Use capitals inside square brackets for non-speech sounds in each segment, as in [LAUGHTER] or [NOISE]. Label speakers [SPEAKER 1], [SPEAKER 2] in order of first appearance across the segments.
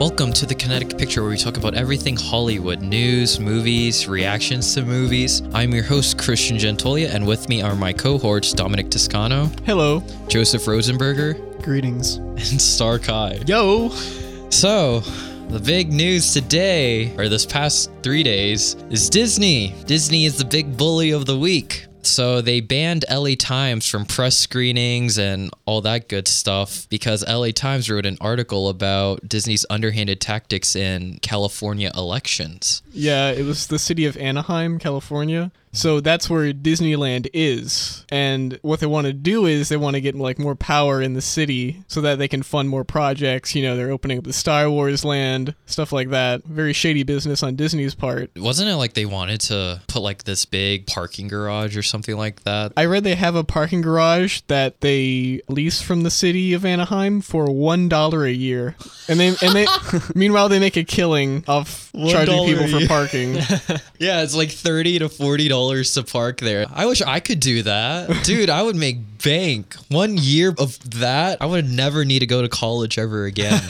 [SPEAKER 1] Welcome to the Kinetic Picture, where we talk about everything Hollywood news, movies, reactions to movies. I'm your host, Christian Gentolia, and with me are my cohorts, Dominic Toscano,
[SPEAKER 2] Hello.
[SPEAKER 1] Joseph Rosenberger,
[SPEAKER 2] Greetings.
[SPEAKER 1] and Star Kai.
[SPEAKER 2] Yo.
[SPEAKER 1] So, the big news today, or this past three days, is Disney. Disney is the big bully of the week. So, they banned LA Times from press screenings and all that good stuff because LA Times wrote an article about Disney's underhanded tactics in California elections.
[SPEAKER 2] Yeah, it was the city of Anaheim, California. So that's where Disneyland is. And what they want to do is they want to get like more power in the city so that they can fund more projects. You know, they're opening up the Star Wars land, stuff like that. Very shady business on Disney's part.
[SPEAKER 1] Wasn't it like they wanted to put like this big parking garage or something like that?
[SPEAKER 2] I read they have a parking garage that they lease from the city of Anaheim for one dollar a year, and they and
[SPEAKER 1] [LAUGHS]
[SPEAKER 2] they meanwhile they make a killing of charging
[SPEAKER 1] dollar
[SPEAKER 2] people
[SPEAKER 1] a
[SPEAKER 2] for
[SPEAKER 1] year. [LAUGHS]
[SPEAKER 2] parking.
[SPEAKER 1] Yeah, it's like thirty to forty dollars to park there. I wish I could do that,
[SPEAKER 3] [LAUGHS]
[SPEAKER 1] dude. I would make bank. One year of that, I would never need to go to college ever
[SPEAKER 3] [LAUGHS]
[SPEAKER 1] again.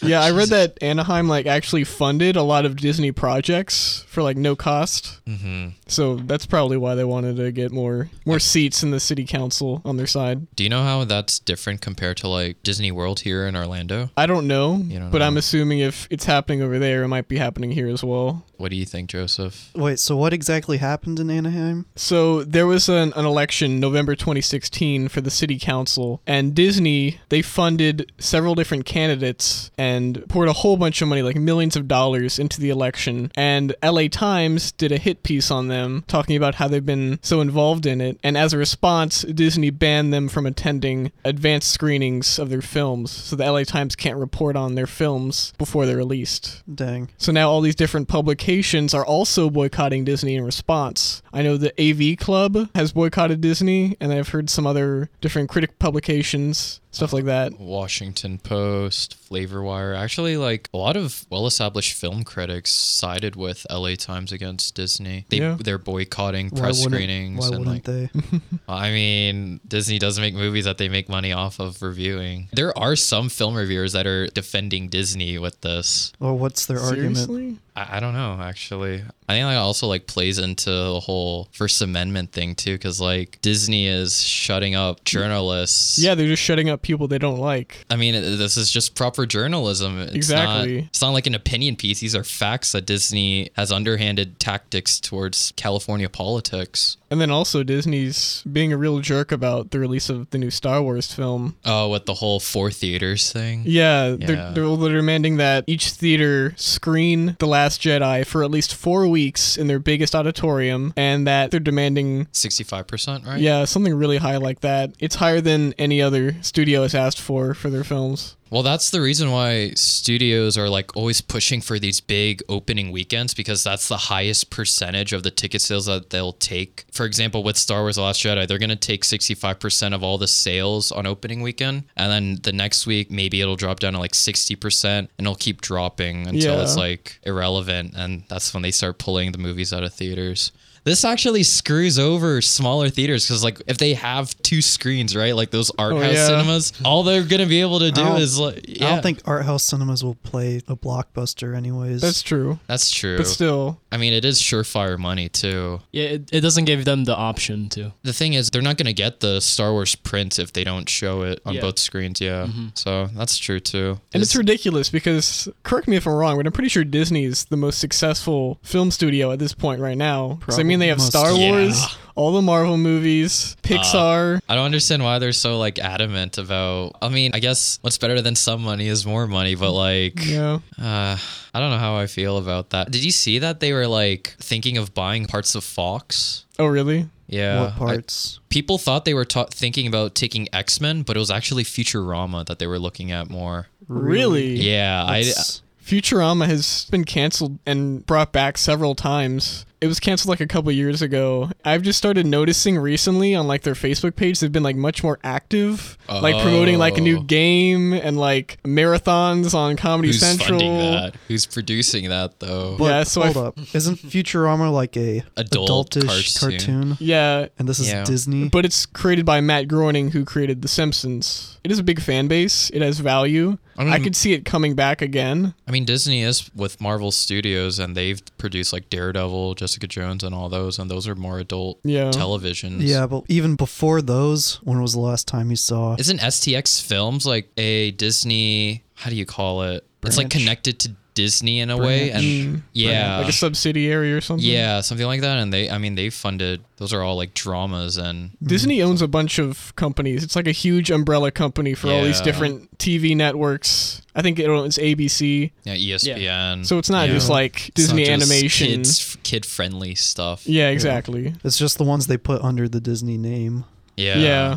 [SPEAKER 2] Yeah, I read that Anaheim like actually funded a lot of Disney projects for like no cost.
[SPEAKER 1] Mm.
[SPEAKER 2] Mm-hmm. So that's probably why they wanted to get more more seats in the city council on their side.
[SPEAKER 1] do you know how that's different compared to like Disney World here in Orlando?
[SPEAKER 2] I don't know,
[SPEAKER 1] don't
[SPEAKER 2] but
[SPEAKER 1] know.
[SPEAKER 2] I'm assuming if it's happening over there, it might be happening here as well.
[SPEAKER 1] What do you think, Joseph?
[SPEAKER 3] Wait, so what exactly happened in Anaheim?
[SPEAKER 2] So there was an, an election November 2016 for the city council, and Disney they funded several different candidates and poured a whole bunch of money, like millions of dollars, into the election. And LA Times did a hit piece on them talking about how they've been so involved in it, and as a response, Disney banned them from attending advanced screenings of their films, so the LA Times can't report on their films before they're released.
[SPEAKER 3] Dang.
[SPEAKER 2] So now all these different publications are also boycotting Disney in response. I know the AV Club has boycotted Disney, and I've heard some other different critic publications, stuff like that.
[SPEAKER 1] Washington Post, Flavor Wire. Actually, like a lot of well-established film critics sided with LA Times against Disney. They
[SPEAKER 2] Yeah.
[SPEAKER 1] they're boycotting press
[SPEAKER 3] why wouldn't,
[SPEAKER 1] screenings
[SPEAKER 3] Why
[SPEAKER 1] and
[SPEAKER 3] wouldn't
[SPEAKER 1] like
[SPEAKER 3] they?
[SPEAKER 1] I mean, Disney does make movies that they make money off of reviewing. There are some film reviewers that are defending Disney with this.
[SPEAKER 3] Or what's their argument?
[SPEAKER 2] Seriously?
[SPEAKER 1] I, I don't know, actually. I think that also like plays into the whole First Amendment thing too, because like Disney is shutting up journalists.
[SPEAKER 2] Yeah, they're just shutting up people they don't like.
[SPEAKER 1] I mean, it- this is just proper journalism. It's
[SPEAKER 2] Exactly.
[SPEAKER 1] Not, it's not like an opinion piece. These are facts that Disney has underhanded tactics towards California politics.
[SPEAKER 2] And then also Disney's being a real jerk about the release of the new Star Wars film.
[SPEAKER 1] Oh, with the whole four theaters thing.
[SPEAKER 2] Yeah,
[SPEAKER 1] Yeah.
[SPEAKER 2] They're, they're, they're demanding that each theater screen The Last Jedi for at least four weeks in their biggest auditorium, and that they're demanding
[SPEAKER 1] 65%, right?
[SPEAKER 2] Yeah, something really high like that. It's higher than any other studio has asked for for their films.
[SPEAKER 1] Well, that's the reason why studios are like always pushing for these big opening weekends because that's the highest percentage of the ticket sales that they'll take. For example, with Star Wars The Last Jedi, they're going to take 65% of all the sales on opening weekend. And then the next week, maybe it'll drop down to like 60% and it'll keep dropping until
[SPEAKER 2] Yeah.
[SPEAKER 1] it's like irrelevant. And that's when they start pulling the movies out of theaters. This actually screws over smaller theaters because, like, if they have two screens, right, like those art
[SPEAKER 2] Oh,
[SPEAKER 1] house
[SPEAKER 2] yeah.
[SPEAKER 1] cinemas, all they're gonna be able to do
[SPEAKER 3] don't-
[SPEAKER 1] is like, yeah,
[SPEAKER 3] I don't think art house cinemas will play a blockbuster, anyways.
[SPEAKER 2] That's true.
[SPEAKER 1] That's true.
[SPEAKER 2] But still,
[SPEAKER 1] I mean, it is surefire money too.
[SPEAKER 4] Yeah, it, it doesn't give them the option to.
[SPEAKER 1] The thing is, they're not going to get the Star Wars print if they don't show it on
[SPEAKER 4] Yeah.
[SPEAKER 1] both screens. Yeah, so that's true too.
[SPEAKER 2] and it's ridiculous because correct me if I'm wrong, but I'm pretty sure Disney's the most successful film studio at this point right now. 'Cause, I mean, they have
[SPEAKER 3] Most-
[SPEAKER 2] Star
[SPEAKER 1] Yeah. Uh,
[SPEAKER 2] Wars, all the Marvel movies,
[SPEAKER 1] [LAUGHS]
[SPEAKER 2] Pixar.
[SPEAKER 1] I don't understand why they're so like adamant about. I mean, I guess what's better than some money is more money, but like,
[SPEAKER 2] you know,
[SPEAKER 1] uh, I don't know how I feel about that. Did you see that they were like thinking of buying parts of Fox?
[SPEAKER 2] oh really?
[SPEAKER 1] Yeah,
[SPEAKER 3] what
[SPEAKER 1] I-
[SPEAKER 3] parts?
[SPEAKER 1] people thought they were ta- thinking about taking X Men, but it was actually Futurama that they were looking at more.
[SPEAKER 2] Really?
[SPEAKER 1] Yeah, I.
[SPEAKER 3] That's-
[SPEAKER 2] Futurama has been canceled and brought back several times. It was canceled like a couple years ago. I've just started noticing recently on like their Facebook page they've been like much more active, like promoting like a
[SPEAKER 1] Oh.
[SPEAKER 2] new game and like marathons on Comedy
[SPEAKER 1] Who's
[SPEAKER 2] Central.
[SPEAKER 1] funding that? Who's producing that though?
[SPEAKER 3] but
[SPEAKER 2] yeah, so I
[SPEAKER 3] hold
[SPEAKER 2] f-
[SPEAKER 3] up. Isn't Futurama like a
[SPEAKER 1] Adult
[SPEAKER 3] adultish
[SPEAKER 1] cartoon.
[SPEAKER 3] cartoon?
[SPEAKER 2] Yeah,
[SPEAKER 3] And this is
[SPEAKER 1] Yeah.
[SPEAKER 3] Disney.
[SPEAKER 2] but it's created by Matt Groening who created The Simpsons. It is a big fan base. It has value.
[SPEAKER 1] I mean,
[SPEAKER 2] I could see it coming back again.
[SPEAKER 1] I mean, Disney is with Marvel Studios, and they've produced like Daredevil, Jessica Jones, and all those, and those are more adult
[SPEAKER 2] Yeah.
[SPEAKER 1] televisions.
[SPEAKER 3] Yeah, but even before those, when was the last time you saw?
[SPEAKER 1] Isn't STX Films like a Disney? How do you call it? It's like
[SPEAKER 3] Branch.
[SPEAKER 1] connected to Disney in a way, and
[SPEAKER 2] Mm.
[SPEAKER 1] yeah,
[SPEAKER 2] Like a subsidiary or something.
[SPEAKER 1] yeah, something like that. And they, I mean, they funded. Those are all like dramas, and
[SPEAKER 2] Disney owns a bunch of companies. It's like a huge umbrella company for all these
[SPEAKER 1] Yeah.
[SPEAKER 2] different TV networks. I think it owns ABC.
[SPEAKER 1] yeah, E ESPN.
[SPEAKER 2] So it's not
[SPEAKER 1] Mm. Yeah.
[SPEAKER 2] just
[SPEAKER 1] It's
[SPEAKER 2] like
[SPEAKER 1] not
[SPEAKER 2] Disney
[SPEAKER 1] just
[SPEAKER 2] animation.
[SPEAKER 1] kids, kid friendly stuff.
[SPEAKER 2] Yeah, exactly.
[SPEAKER 3] Mm. It's just the ones they put under the Disney name.
[SPEAKER 1] Yeah,
[SPEAKER 2] Yeah.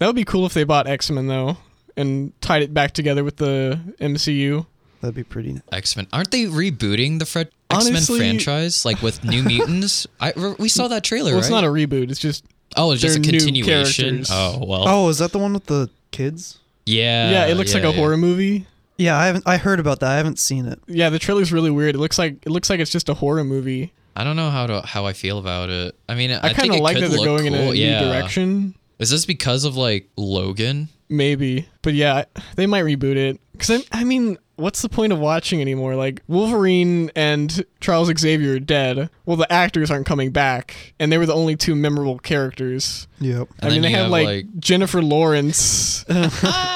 [SPEAKER 2] That would be cool if they bought X Men though and tied it back together with the MCU.
[SPEAKER 3] That'd be pretty.
[SPEAKER 1] X Men. Aren't they rebooting the Fred X Men
[SPEAKER 2] Honestly-
[SPEAKER 1] franchise like with
[SPEAKER 2] [LAUGHS]
[SPEAKER 1] New Mutants? I we saw that trailer.
[SPEAKER 2] Well, it's
[SPEAKER 1] right?
[SPEAKER 2] not a reboot. It's just
[SPEAKER 1] Oh, it's just a
[SPEAKER 2] They're new
[SPEAKER 1] continuation.
[SPEAKER 2] characters.
[SPEAKER 1] Oh well.
[SPEAKER 3] Oh, is that the one with the kids?
[SPEAKER 1] Yeah.
[SPEAKER 2] yeah. It looks like
[SPEAKER 1] Uh,
[SPEAKER 2] a
[SPEAKER 1] yeah.
[SPEAKER 2] horror movie.
[SPEAKER 3] Yeah, I haven't. I heard about that. I haven't seen it.
[SPEAKER 2] Yeah, the trailer's really weird. It looks like it looks like it's just a horror movie.
[SPEAKER 1] I don't know how to how I feel about it. I mean, I,
[SPEAKER 2] I, kind
[SPEAKER 1] think
[SPEAKER 2] of
[SPEAKER 1] it
[SPEAKER 2] like
[SPEAKER 1] could
[SPEAKER 2] that they're
[SPEAKER 1] look
[SPEAKER 2] going in
[SPEAKER 1] cool.
[SPEAKER 2] a
[SPEAKER 1] yeah.
[SPEAKER 2] new direction.
[SPEAKER 1] Is this because of like Logan?
[SPEAKER 2] Maybe, but yeah, they might reboot it. Cause I, I mean, what's the point of watching anymore? Like Wolverine and Charles Xavier are dead. Well, the actors aren't coming back, and they were the only two memorable characters.
[SPEAKER 3] Yep.
[SPEAKER 1] And
[SPEAKER 2] I
[SPEAKER 1] then
[SPEAKER 2] mean, they
[SPEAKER 1] you
[SPEAKER 2] had
[SPEAKER 1] have,
[SPEAKER 2] like,
[SPEAKER 1] like- [LAUGHS]
[SPEAKER 2] Jennifer Lawrence, [LAUGHS]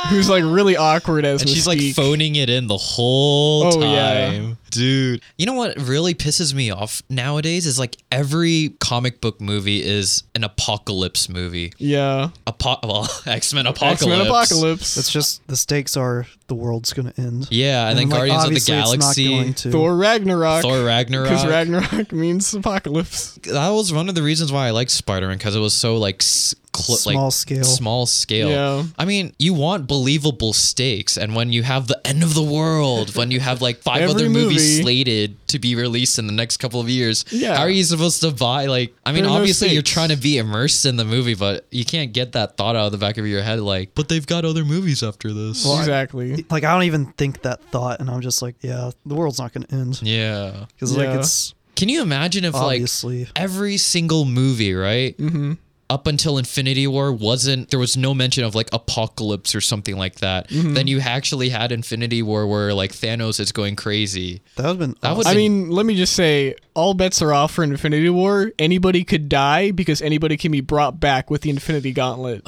[SPEAKER 2] who's like really awkward as
[SPEAKER 1] And she's like
[SPEAKER 2] Mystique.
[SPEAKER 1] phoning it in the whole
[SPEAKER 2] Oh, yeah.
[SPEAKER 1] time. Dude. You know what really pisses me off nowadays is like every comic book movie is an apocalypse movie.
[SPEAKER 2] yeah,
[SPEAKER 1] Apo- well, [LAUGHS] X-Men apocalypse.
[SPEAKER 2] X Men Apocalypse.
[SPEAKER 3] It's just the stakes are the world's gonna end.
[SPEAKER 1] Yeah, and, then
[SPEAKER 3] like,
[SPEAKER 1] Guardians of the
[SPEAKER 3] obviously it's not
[SPEAKER 1] Galaxy,
[SPEAKER 3] going to.
[SPEAKER 2] Thor Ragnarok.
[SPEAKER 1] Thor Ragnarok.
[SPEAKER 2] Because Ragnarok [LAUGHS] means apocalypse.
[SPEAKER 1] that was one of the reasons why I liked Spider Man because it was so like s- cl- like,
[SPEAKER 3] Small scale.
[SPEAKER 1] Small scale.
[SPEAKER 2] Yeah.
[SPEAKER 1] I mean, you want believable stakes, and when you have the end of the world, when you have like five
[SPEAKER 2] Every
[SPEAKER 1] other movies
[SPEAKER 2] movie-
[SPEAKER 1] slated to be released in the next couple of years,
[SPEAKER 2] Yeah.
[SPEAKER 1] how are you supposed to buy? Like, I mean,
[SPEAKER 2] There are no
[SPEAKER 1] obviously you're
[SPEAKER 2] stakes.
[SPEAKER 1] trying to be immersed in the movie, but you can't get that thought out of the back of your head. Like, but they've got other movies after this.
[SPEAKER 2] exactly.
[SPEAKER 3] Like I don't even think that thought, and I'm just like, yeah, the world's not gonna end
[SPEAKER 1] yeah.
[SPEAKER 3] because
[SPEAKER 2] Yeah.
[SPEAKER 3] like it's
[SPEAKER 1] Can you imagine if
[SPEAKER 3] obviously
[SPEAKER 1] like every single movie, right?
[SPEAKER 2] Mm-hmm.
[SPEAKER 1] up until Infinity War wasn't there was no mention of like apocalypse or something like that. Then you actually had Infinity War where like Thanos is going crazy.
[SPEAKER 3] that would have been.
[SPEAKER 1] That
[SPEAKER 3] awesome.
[SPEAKER 1] would
[SPEAKER 2] I
[SPEAKER 1] Listen-
[SPEAKER 2] mean, let me just say, all bets are off for Infinity War. Anybody could die because anybody can be brought back with the Infinity
[SPEAKER 3] [SIGHS]
[SPEAKER 2] Gauntlet.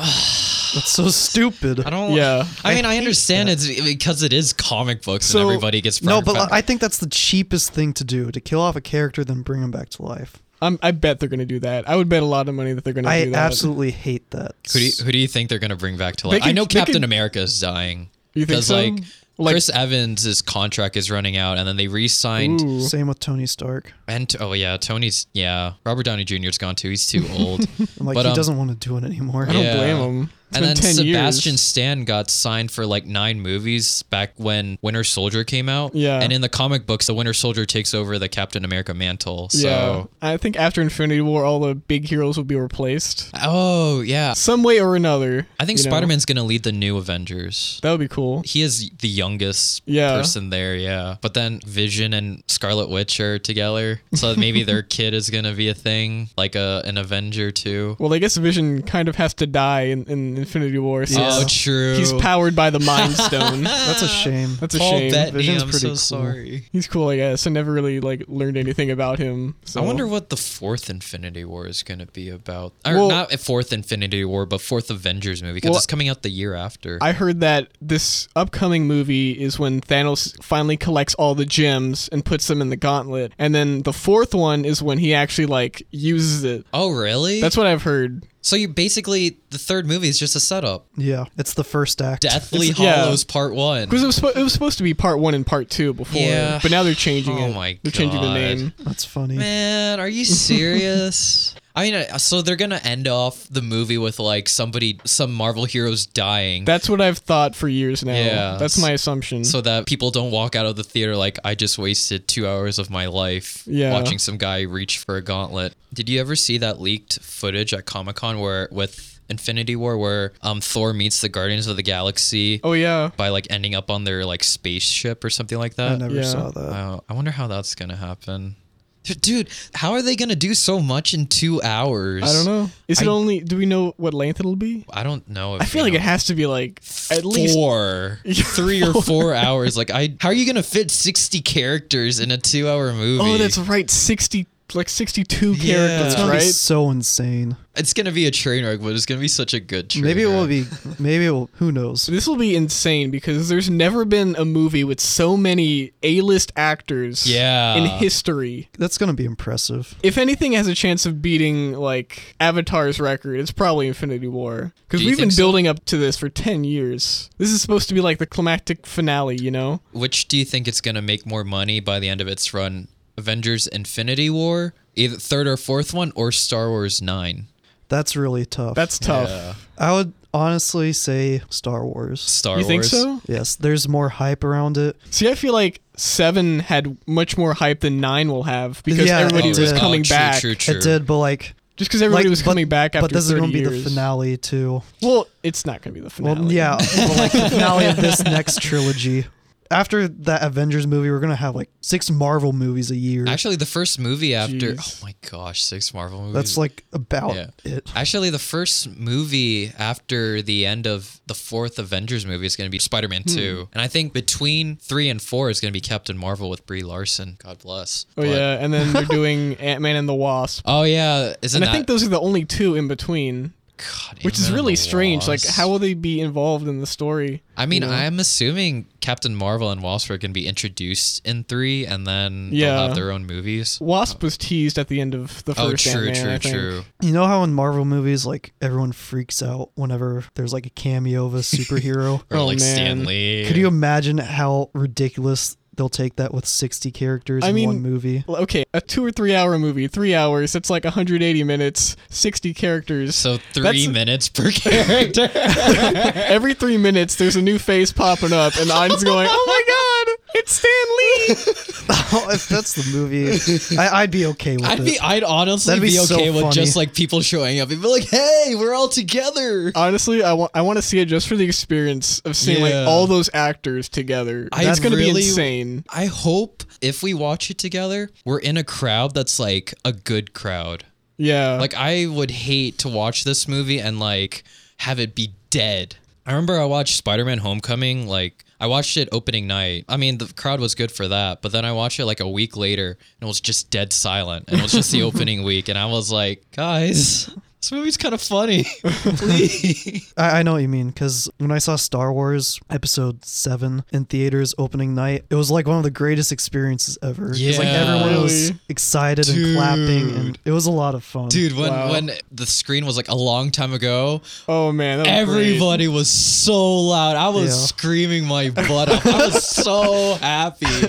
[SPEAKER 3] That's so stupid.
[SPEAKER 1] I don't
[SPEAKER 2] Yeah.
[SPEAKER 1] I mean, I, understand it's because it is comic books
[SPEAKER 2] So-
[SPEAKER 1] and everybody gets
[SPEAKER 3] No,
[SPEAKER 1] burned
[SPEAKER 3] but
[SPEAKER 1] back.
[SPEAKER 3] I think that's the cheapest thing to do to kill off a character, then bring him back to life.
[SPEAKER 2] I'm, I bet they're going to do that. I would bet a lot of money that they're going to
[SPEAKER 3] I
[SPEAKER 2] do that.
[SPEAKER 3] absolutely hate that.
[SPEAKER 1] who do you, who do you think they're going to bring back to
[SPEAKER 2] They
[SPEAKER 1] life? I
[SPEAKER 2] could-
[SPEAKER 1] know
[SPEAKER 2] they
[SPEAKER 1] Captain
[SPEAKER 2] could-
[SPEAKER 1] America is dying.
[SPEAKER 2] You think
[SPEAKER 1] Because,
[SPEAKER 2] so?
[SPEAKER 1] like,
[SPEAKER 2] Like-
[SPEAKER 1] Chris Evans' contract is running out, and then they re-signed
[SPEAKER 2] Ooh.
[SPEAKER 3] Same with Tony Stark.
[SPEAKER 1] and t- oh yeah, Tony's yeah, Robert Downey Jr.'s gone too. He's too old.
[SPEAKER 3] I'm like,
[SPEAKER 1] But,
[SPEAKER 3] he
[SPEAKER 1] um,
[SPEAKER 3] doesn't want to do it anymore.
[SPEAKER 2] I don't
[SPEAKER 1] Yeah.
[SPEAKER 2] blame him. It's
[SPEAKER 1] and
[SPEAKER 2] been
[SPEAKER 1] then
[SPEAKER 2] 10
[SPEAKER 1] Sebastian
[SPEAKER 2] years.
[SPEAKER 1] Stan got signed for like nine movies back when Winter Soldier came out.
[SPEAKER 2] Yeah.
[SPEAKER 1] And in the comic books, the Winter Soldier takes over the Captain America mantle. So.
[SPEAKER 2] Yeah. I think after Infinity War, all the big heroes will be replaced.
[SPEAKER 1] Oh, yeah.
[SPEAKER 2] Some way or another.
[SPEAKER 1] I think
[SPEAKER 2] you know?
[SPEAKER 1] Spider Man's going to lead the new Avengers.
[SPEAKER 2] That would be cool.
[SPEAKER 1] He is the youngest
[SPEAKER 2] Yeah.
[SPEAKER 1] person there, yeah. But then Vision and Scarlet Witch are together. So maybe
[SPEAKER 2] [LAUGHS]
[SPEAKER 1] their kid is going to be a thing, like a, an Avenger too.
[SPEAKER 2] Well, I guess Vision kind of has to die in, in Infinity War. So
[SPEAKER 1] Oh, true.
[SPEAKER 2] He's powered
[SPEAKER 1] [LAUGHS]
[SPEAKER 2] by the Mind Stone.
[SPEAKER 3] That's a shame.
[SPEAKER 2] That's a
[SPEAKER 1] Paul
[SPEAKER 2] shame.
[SPEAKER 1] Bettany,
[SPEAKER 3] Vision's
[SPEAKER 1] I'm
[SPEAKER 3] pretty
[SPEAKER 1] so
[SPEAKER 3] cool.
[SPEAKER 1] sorry.
[SPEAKER 2] He's cool, I guess. I never really like learned anything about him. So.
[SPEAKER 1] I wonder what the fourth Infinity War is going to be about. Or
[SPEAKER 2] Well-
[SPEAKER 1] not a fourth Infinity War, but fourth Avengers movie because
[SPEAKER 2] Well,
[SPEAKER 1] it's coming out the year after.
[SPEAKER 2] I heard that this upcoming movie is when Thanos finally collects all the gems and puts them in the gauntlet, and then the fourth one is when he actually like uses it.
[SPEAKER 1] oh, really?
[SPEAKER 2] That's what I've heard.
[SPEAKER 1] so you basically the third movie is just a
[SPEAKER 2] [LAUGHS]
[SPEAKER 1] setup.
[SPEAKER 3] Yeah, it's the first act.
[SPEAKER 1] Deathly
[SPEAKER 2] It's- yeah.
[SPEAKER 1] Hollows Part One.
[SPEAKER 2] Because it, was spo- it was supposed to be part one and part two before,
[SPEAKER 1] Yeah.
[SPEAKER 2] but now they're changing
[SPEAKER 1] Oh
[SPEAKER 2] it.
[SPEAKER 1] my
[SPEAKER 2] they're changing the
[SPEAKER 1] God.
[SPEAKER 2] name.
[SPEAKER 3] That's funny.
[SPEAKER 1] Man, are you
[SPEAKER 2] [LAUGHS]
[SPEAKER 1] serious? I mean, uh, so they're gonna end off the movie with like somebody, some Marvel heroes dying,
[SPEAKER 2] That's what I've thought for years now.
[SPEAKER 1] Yeah.
[SPEAKER 2] That's my assumption.
[SPEAKER 1] so that people don't walk out of the theater like I just wasted two hours of my life
[SPEAKER 2] Yeah.
[SPEAKER 1] watching some guy reach for a gauntlet. Did you ever see that leaked footage at Comic Con where with Infinity War where um Thor meets the Guardians of the Galaxy
[SPEAKER 2] oh yeah,
[SPEAKER 1] by like ending up on their like spaceship or something like
[SPEAKER 3] I
[SPEAKER 1] that? Uh,
[SPEAKER 3] never
[SPEAKER 2] Yeah.
[SPEAKER 3] saw that.
[SPEAKER 1] Wow, I wonder how that's gonna happen. Dude, how are they going to do so much in two hours?
[SPEAKER 2] I don't know. Is it
[SPEAKER 1] I-
[SPEAKER 2] only? Do we know what length it'll be?
[SPEAKER 1] I don't know. If
[SPEAKER 2] I feel
[SPEAKER 1] we
[SPEAKER 2] like it
[SPEAKER 1] know.
[SPEAKER 2] has to be like at least.
[SPEAKER 1] four,
[SPEAKER 2] [LAUGHS] Yeah.
[SPEAKER 1] three or four hours. Like, I how are you gonna fit sixty characters in a two-hour movie?
[SPEAKER 2] Oh, that's right. Sixty, like sixty-two
[SPEAKER 1] Yeah.
[SPEAKER 2] characters,
[SPEAKER 3] It's gonna be
[SPEAKER 2] right?
[SPEAKER 3] so insane.
[SPEAKER 1] it's gonna be a train wreck, but it's gonna be such a good train.
[SPEAKER 3] maybe it will
[SPEAKER 1] wreck.
[SPEAKER 3] be. Maybe it will. Who knows?
[SPEAKER 2] This will be insane because there's never been a movie with so many A-list actors
[SPEAKER 1] Yeah.
[SPEAKER 2] in history.
[SPEAKER 3] That's gonna be impressive.
[SPEAKER 2] If anything has a chance of beating like Avatar's record, it's probably Infinity War because
[SPEAKER 1] Do you
[SPEAKER 2] we've been
[SPEAKER 1] think so?
[SPEAKER 2] building up to this for 10 years. This is supposed to be like the climactic finale, you know?
[SPEAKER 1] Which do you think it's gonna make more money by the end of its run? Avengers: Infinity War, either third or fourth one, or Star Wars Nine?
[SPEAKER 3] That's really tough.
[SPEAKER 2] That's tough.
[SPEAKER 1] Yeah.
[SPEAKER 3] I would honestly say Star Wars.
[SPEAKER 1] Star
[SPEAKER 2] you think
[SPEAKER 1] Wars.
[SPEAKER 2] so?
[SPEAKER 3] Yes, there's more hype around it.
[SPEAKER 2] See, I feel like 7 had much more hype than 9 will have because
[SPEAKER 3] Yeah,
[SPEAKER 2] everybody
[SPEAKER 3] it
[SPEAKER 2] was
[SPEAKER 3] did.
[SPEAKER 2] coming
[SPEAKER 1] Oh, true,
[SPEAKER 2] back.
[SPEAKER 1] True, true,
[SPEAKER 3] It did, but like,
[SPEAKER 2] Just because everybody
[SPEAKER 3] like,
[SPEAKER 2] was
[SPEAKER 3] but-
[SPEAKER 2] coming back after
[SPEAKER 3] but this is
[SPEAKER 2] 30
[SPEAKER 3] gonna be
[SPEAKER 2] years.
[SPEAKER 3] the finale too.
[SPEAKER 2] Well, it's not going to be the finale. Oh, [LAUGHS]
[SPEAKER 3] Well, yeah, well, like the finale of this next trilogy. After that Avengers movie, we're gonna have like six Marvel movies a year.
[SPEAKER 1] Actually, the first movie after.
[SPEAKER 2] Jeez.
[SPEAKER 1] Oh my gosh, six Marvel movies.
[SPEAKER 3] That's like about
[SPEAKER 1] Yeah.
[SPEAKER 3] it.
[SPEAKER 1] Actually, the first movie after the end of the fourth Avengers movie is going to be Spider Man
[SPEAKER 2] Hmm.
[SPEAKER 1] 2. And I think between three and four is going to be Captain Marvel with Brie Larson. God bless.
[SPEAKER 2] Oh
[SPEAKER 1] But-
[SPEAKER 2] yeah, and then
[SPEAKER 3] [LAUGHS]
[SPEAKER 2] they're doing Ant Man and the Wasp,
[SPEAKER 1] Oh, yeah. Isn't
[SPEAKER 2] and
[SPEAKER 1] that.
[SPEAKER 2] I think those are the only two in between,
[SPEAKER 1] God,
[SPEAKER 2] which is
[SPEAKER 1] Ant-Man
[SPEAKER 2] really
[SPEAKER 1] and the
[SPEAKER 2] strange. Like,
[SPEAKER 1] Wasp.
[SPEAKER 2] how will they be involved in the story?
[SPEAKER 1] I mean,
[SPEAKER 2] you know?
[SPEAKER 1] I'm assuming Captain Marvel and Wasp are going to be introduced in three and then they'll
[SPEAKER 2] Yeah.
[SPEAKER 1] have their own movies.
[SPEAKER 2] Wasp was teased at the end of the
[SPEAKER 1] Oh,
[SPEAKER 2] first
[SPEAKER 1] true,
[SPEAKER 2] Ant-Man. I
[SPEAKER 1] true,
[SPEAKER 2] think.
[SPEAKER 1] true.
[SPEAKER 3] You know how in Marvel movies, like everyone freaks out whenever there's like a cameo of
[SPEAKER 2] [LAUGHS]
[SPEAKER 3] a superhero.
[SPEAKER 1] Or
[SPEAKER 2] Oh,
[SPEAKER 1] like Stan
[SPEAKER 2] man.
[SPEAKER 1] Lee.
[SPEAKER 3] Could you imagine how ridiculous they'll take that with 60 characters
[SPEAKER 2] I
[SPEAKER 3] in
[SPEAKER 2] mean-
[SPEAKER 1] [LAUGHS]
[SPEAKER 3] one movie?
[SPEAKER 2] Well, Okay, a two or three hour movie, three hours. That's like 180 minutes, 60 characters.
[SPEAKER 1] [LAUGHS] So three
[SPEAKER 2] That's-
[SPEAKER 1] minutes
[SPEAKER 2] [LAUGHS]
[SPEAKER 1] per character.
[SPEAKER 2] Every three minutes, there's a new face popping up, and I'm just going, "Oh my god, it's Stan Lee!"
[SPEAKER 1] Oh,
[SPEAKER 3] if that's the movie, [LAUGHS] I, I'd be okay with
[SPEAKER 1] I'd
[SPEAKER 3] it.
[SPEAKER 1] be, I'd honestly
[SPEAKER 3] That'd
[SPEAKER 1] be,
[SPEAKER 3] be so
[SPEAKER 1] okay with
[SPEAKER 3] funny.
[SPEAKER 1] just like people showing up and be like, "Hey, we're all together."
[SPEAKER 2] Honestly, I want I want to see it just for the experience of seeing
[SPEAKER 1] Yeah.
[SPEAKER 2] like all those actors together.
[SPEAKER 1] I
[SPEAKER 2] That's going to
[SPEAKER 1] really-
[SPEAKER 2] be insane.
[SPEAKER 1] I hope if we watch it together, we're in a crowd that's like a good crowd.
[SPEAKER 2] Yeah.
[SPEAKER 3] Uh,
[SPEAKER 1] Like I would hate to watch this movie and like have it be dead. I remember I watched Spider-Man Homecoming like I watched it opening night. I mean, the crowd was good for that, but then I watched it like a week later and it was just dead silent. And it was
[SPEAKER 3] [LAUGHS]
[SPEAKER 1] just the opening week and I was like, "Guys, this movie's kind of
[SPEAKER 3] [LAUGHS]
[SPEAKER 1] funny." Please.
[SPEAKER 3] I, I know what you mean because when I saw Star Wars Episode Seven in theaters opening night, it was like one of the greatest experiences ever. 'Cause, like
[SPEAKER 1] Yeah.
[SPEAKER 3] everyone was
[SPEAKER 2] Really?
[SPEAKER 3] excited and clapping,
[SPEAKER 1] Dude.
[SPEAKER 3] and it was a lot of fun.
[SPEAKER 1] Dude, when
[SPEAKER 2] Wow.
[SPEAKER 1] when the screen was like a long time ago,
[SPEAKER 2] oh man, that was great.
[SPEAKER 1] Everybody was so loud. I was
[SPEAKER 3] Yeah.
[SPEAKER 1] screaming my
[SPEAKER 2] [LAUGHS]
[SPEAKER 1] butt off. I was so happy.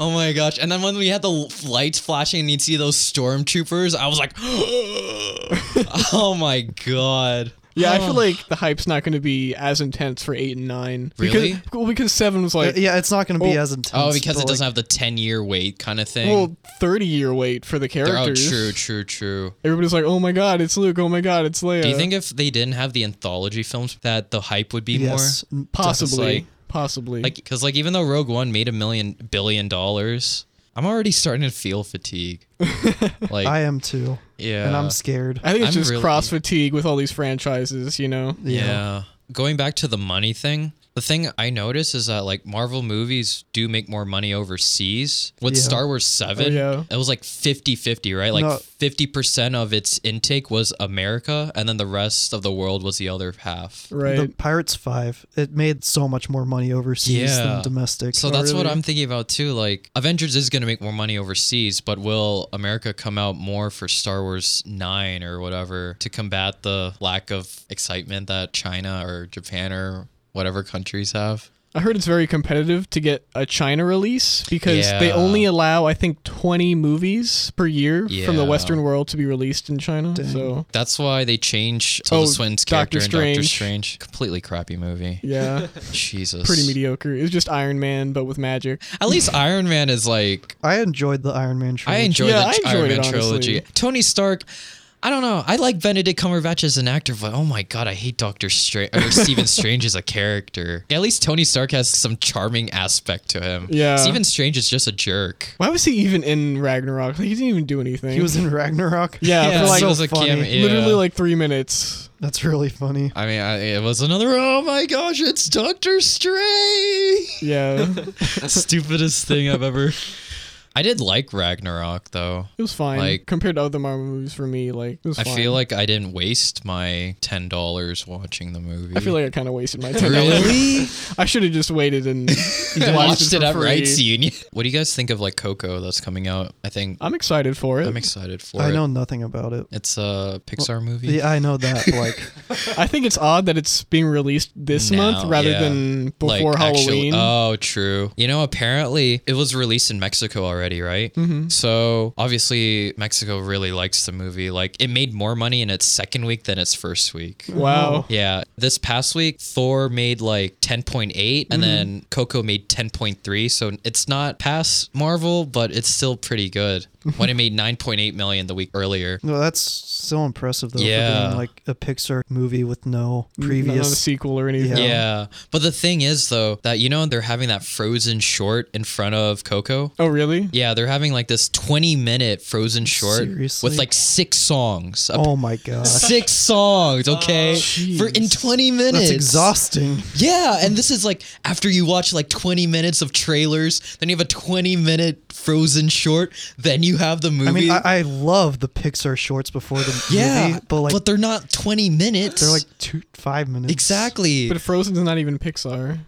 [SPEAKER 1] Oh my gosh. And then when we had the l- lights flashing and you'd see those stormtroopers, I was like, [GASPS] oh my God. Oh.
[SPEAKER 2] Yeah, I feel like the hype's not going to be as intense for eight and nine. Because,
[SPEAKER 1] Really?
[SPEAKER 2] Well, because seven was
[SPEAKER 3] Uh,
[SPEAKER 2] like
[SPEAKER 3] yeah, it's not going to be
[SPEAKER 2] Oh.
[SPEAKER 3] as intense.
[SPEAKER 1] Oh, because
[SPEAKER 3] but,
[SPEAKER 1] it doesn't
[SPEAKER 3] like,
[SPEAKER 1] have the 10 year wait kind of thing.
[SPEAKER 2] well thirty year wait for the
[SPEAKER 1] They're- oh,
[SPEAKER 2] characters.
[SPEAKER 1] true, true, true.
[SPEAKER 2] Everybody's like, "Oh my god, it's Luke! Oh my god, it's Leia!"
[SPEAKER 1] Do you think if they didn't have the anthology films, that the hype would be
[SPEAKER 3] yes,
[SPEAKER 1] more?
[SPEAKER 3] n-
[SPEAKER 2] possibly?
[SPEAKER 1] like-
[SPEAKER 2] possibly.
[SPEAKER 1] Like, because like even though Rogue One made a million billion dollars, I'm already starting to feel
[SPEAKER 3] [LAUGHS]
[SPEAKER 1] fatigue. like,
[SPEAKER 3] I am too,
[SPEAKER 1] yeah,
[SPEAKER 3] and I'm scared.
[SPEAKER 2] I think
[SPEAKER 1] I'm
[SPEAKER 2] it's just
[SPEAKER 1] really-
[SPEAKER 2] cross fatigue with all these franchises. You know,
[SPEAKER 1] Yeah.
[SPEAKER 3] Yeah.
[SPEAKER 1] Going back to the money thing, the thing I notice is that like Marvel movies do make more money overseas. With
[SPEAKER 3] Yeah.
[SPEAKER 1] Star Wars 7,
[SPEAKER 2] Oh,
[SPEAKER 1] it was like 50-50, right? Like
[SPEAKER 3] No.
[SPEAKER 1] 50% of its intake was America and then the rest of the world was the other half.
[SPEAKER 2] right?
[SPEAKER 3] The Pirates Five, it made so much more money overseas
[SPEAKER 1] Yeah.
[SPEAKER 3] than domestic.
[SPEAKER 2] Oh,
[SPEAKER 3] Oh,
[SPEAKER 1] So that's what I'm thinking about too. Like Avengers is going to make more money overseas, but will America come out more for Star Wars 9 or whatever to combat the lack of excitement that China or Japan or whatever countries have?
[SPEAKER 2] I heard it's very competitive to get a China release because they
[SPEAKER 1] Yeah.
[SPEAKER 2] only allow, I think, 20 movies per year from
[SPEAKER 1] Yeah.
[SPEAKER 2] the Western world to be released in China.
[SPEAKER 3] Dang.
[SPEAKER 2] So,
[SPEAKER 1] That's why they changed Tilda
[SPEAKER 2] Oh,
[SPEAKER 1] Swinton's character
[SPEAKER 2] Doctor
[SPEAKER 1] in Doctor
[SPEAKER 2] Strange.
[SPEAKER 1] Strange. Completely crappy
[SPEAKER 2] [LAUGHS]
[SPEAKER 1] movie.
[SPEAKER 2] yeah,
[SPEAKER 1] [LAUGHS] Jesus.
[SPEAKER 2] pretty mediocre. It's just Iron Man, but with magic.
[SPEAKER 1] At least Iron Man is like
[SPEAKER 3] I enjoyed the Iron Man trilogy.
[SPEAKER 1] I enjoy
[SPEAKER 2] Yeah,
[SPEAKER 1] the
[SPEAKER 2] I
[SPEAKER 1] Iron
[SPEAKER 2] enjoyed
[SPEAKER 1] Man
[SPEAKER 2] it, honestly.
[SPEAKER 1] trilogy. Tony Stark I don't know. I like Benedict Cumberbatch as an actor, but oh my god, I hate Doctor Strange
[SPEAKER 2] [LAUGHS]
[SPEAKER 1] or Stephen Strange as a character. At least Tony Stark has some charming aspect to him.
[SPEAKER 2] Yeah.
[SPEAKER 1] Stephen Strange is just a jerk.
[SPEAKER 2] Why was he even in Ragnarok? Like, he didn't even do anything.
[SPEAKER 3] He was in Ragnarok. [LAUGHS]
[SPEAKER 2] yeah,
[SPEAKER 1] Yeah,
[SPEAKER 2] for like
[SPEAKER 1] so
[SPEAKER 3] so
[SPEAKER 1] was a
[SPEAKER 3] funny.
[SPEAKER 1] cameo. Yeah.
[SPEAKER 2] literally like three minutes.
[SPEAKER 3] That's really funny.
[SPEAKER 1] I mean, I, it was another. Oh my gosh, it's Doctor
[SPEAKER 2] [LAUGHS]
[SPEAKER 1] Strange. [LAUGHS]
[SPEAKER 2] Yeah,
[SPEAKER 1] Stupidest thing I've ever. I did like Ragnarok though.
[SPEAKER 2] it was fine.
[SPEAKER 1] Like-
[SPEAKER 2] compared to other Marvel movies, for me, like it was
[SPEAKER 1] I
[SPEAKER 2] fine.
[SPEAKER 1] feel like I didn't waste my ten dollars watching the movie.
[SPEAKER 2] I feel like I kind of
[SPEAKER 1] [LAUGHS]
[SPEAKER 2] wasted my time.
[SPEAKER 1] really
[SPEAKER 2] I should have just waited and
[SPEAKER 1] [LAUGHS] watched,
[SPEAKER 2] watched
[SPEAKER 1] it
[SPEAKER 2] for
[SPEAKER 1] at
[SPEAKER 2] free.
[SPEAKER 1] Rights Union. [LAUGHS] What do you guys think of like Coco that's coming out? I think
[SPEAKER 2] I'm excited for it.
[SPEAKER 1] I'm excited for
[SPEAKER 3] I
[SPEAKER 1] it.
[SPEAKER 3] know nothing about it.
[SPEAKER 1] It's a Pixar movie.
[SPEAKER 3] Yeah, I know that. Like,
[SPEAKER 2] I think it's odd that it's being released this
[SPEAKER 1] Now,
[SPEAKER 2] month rather
[SPEAKER 1] yeah.
[SPEAKER 2] than
[SPEAKER 1] Like,
[SPEAKER 2] before
[SPEAKER 1] actually-
[SPEAKER 2] Halloween.
[SPEAKER 1] oh, true. You know, apparently it was released in Mexico already, right? Mm-hmm. So obviously Mexico really likes the movie. Like it made more money in its second week than its first week.
[SPEAKER 2] wow.
[SPEAKER 1] Yeah, this past week Thor made like 10.8 and
[SPEAKER 3] Mm-hmm.
[SPEAKER 1] then Coco made 10.3, so it's not past Marvel, but it's still pretty good.
[SPEAKER 3] [LAUGHS]
[SPEAKER 1] when it made 9.8 million the week earlier.
[SPEAKER 3] no, that's so impressive though. For
[SPEAKER 1] Yeah.
[SPEAKER 3] being, like a Pixar movie with no
[SPEAKER 2] Not a
[SPEAKER 3] previous.
[SPEAKER 2] sequel or anything.
[SPEAKER 3] Yeah.
[SPEAKER 1] Yeah. But the thing is though that you know they're having that frozen short in front of Coco.
[SPEAKER 2] Oh, really?
[SPEAKER 1] Yeah, they're having like this 20 minute frozen short
[SPEAKER 3] Seriously?
[SPEAKER 1] with like six songs.
[SPEAKER 3] Oh my gosh.
[SPEAKER 1] Six songs, okay? For in 20 minutes.
[SPEAKER 3] That's exhausting.
[SPEAKER 1] Yeah, and this is like after you watch like 20 minutes of trailers, then you have a 20 minute frozen short, then you have the movie.
[SPEAKER 3] I mean, I, I love the Pixar shorts before the
[SPEAKER 1] yeah,
[SPEAKER 3] movie, but like
[SPEAKER 1] they're not 20 minutes.
[SPEAKER 3] they're like two five minutes. [LAUGHS]
[SPEAKER 1] exactly.
[SPEAKER 2] But Frozen's not even Pixar.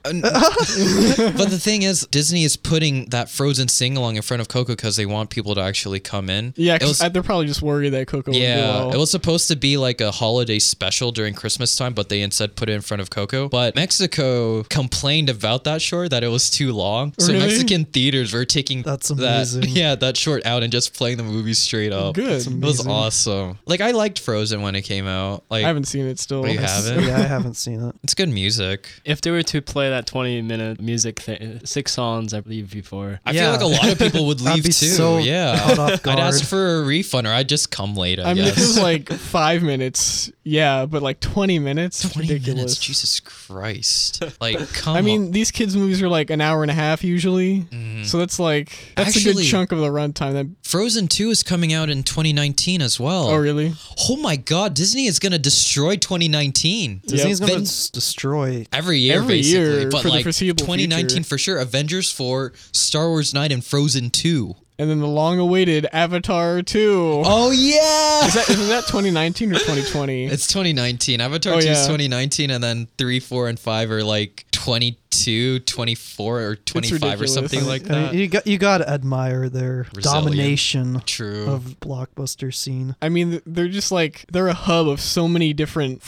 [SPEAKER 1] but the thing is, Disney is putting that Frozen sing along in front of Coco because they want people to actually come in.
[SPEAKER 2] Yeah,
[SPEAKER 1] it
[SPEAKER 2] 'cause
[SPEAKER 1] was,
[SPEAKER 2] I- they're probably just worried that Coco
[SPEAKER 1] yeah,
[SPEAKER 2] will
[SPEAKER 1] it was supposed to be like a holiday special during Christmas time, but they instead put it in front of Coco. But Mexico complained about that short that it was too long, so
[SPEAKER 2] Really?
[SPEAKER 1] Mexican theaters were taking
[SPEAKER 3] That's
[SPEAKER 1] That, [LAUGHS]
[SPEAKER 3] amazing.
[SPEAKER 1] yeah, that short out and just playing the movie straight up.
[SPEAKER 2] Good.
[SPEAKER 1] It was
[SPEAKER 3] amazing.
[SPEAKER 1] awesome. Like I liked Frozen when it came out. Like
[SPEAKER 2] I haven't seen it still.
[SPEAKER 1] you have it?
[SPEAKER 3] yeah, I haven't seen it.
[SPEAKER 1] it's good music.
[SPEAKER 4] If they were to play that 20 minute music thing, six songs, I believe, before.
[SPEAKER 1] I
[SPEAKER 3] Yeah.
[SPEAKER 1] feel like a lot of people would
[SPEAKER 3] [LAUGHS] I'd
[SPEAKER 1] leave
[SPEAKER 3] be
[SPEAKER 1] too.
[SPEAKER 3] so
[SPEAKER 1] yeah.
[SPEAKER 3] caught
[SPEAKER 1] [LAUGHS]
[SPEAKER 3] off
[SPEAKER 1] I'd
[SPEAKER 3] guard.
[SPEAKER 1] ask for a refund or I'd just come later.
[SPEAKER 2] I mean, if it was
[SPEAKER 1] guess.
[SPEAKER 2] like five minutes, yeah, but like 20 minutes? It's
[SPEAKER 1] 20
[SPEAKER 2] ridiculous.
[SPEAKER 1] minutes, Jesus Christ.
[SPEAKER 3] [LAUGHS]
[SPEAKER 1] Like come
[SPEAKER 2] I
[SPEAKER 1] on. Mm-hmm.
[SPEAKER 2] mean, these kids' movies are like an hour and a half usually, so that's like that's a good
[SPEAKER 1] Actually-
[SPEAKER 2] chunk of the runtime. That
[SPEAKER 1] Frozen 2 is coming out in 2019 as well.
[SPEAKER 2] oh really?
[SPEAKER 1] Oh my god, Disney is going to destroy 2019.
[SPEAKER 3] Disney's gonna
[SPEAKER 1] Then-
[SPEAKER 3] s- destroy.
[SPEAKER 1] Every year,
[SPEAKER 2] Every
[SPEAKER 1] basically.
[SPEAKER 2] year
[SPEAKER 1] but
[SPEAKER 2] for the
[SPEAKER 1] like
[SPEAKER 2] foreseeable
[SPEAKER 1] 2019
[SPEAKER 2] future.
[SPEAKER 1] for sure. Avengers 4, Star Wars 9, and Frozen 2.
[SPEAKER 2] And then the long-awaited Avatar 2.
[SPEAKER 1] Oh yeah.
[SPEAKER 2] Is that, isn't that 2019 or 2020?
[SPEAKER 1] It's 2019. Avatar
[SPEAKER 2] Oh,
[SPEAKER 1] 2
[SPEAKER 2] yeah.
[SPEAKER 1] is 2019, and then 3, 4, and 5 are like 22, 24, or 25 or
[SPEAKER 2] ridiculous.
[SPEAKER 1] something
[SPEAKER 2] [LAUGHS]
[SPEAKER 1] like
[SPEAKER 3] I mean,
[SPEAKER 1] that.
[SPEAKER 3] you got you got to admire their
[SPEAKER 1] Resilient.
[SPEAKER 3] domination
[SPEAKER 1] True.
[SPEAKER 3] of blockbuster scene.
[SPEAKER 2] I mean, they're just like they're a hub of so many different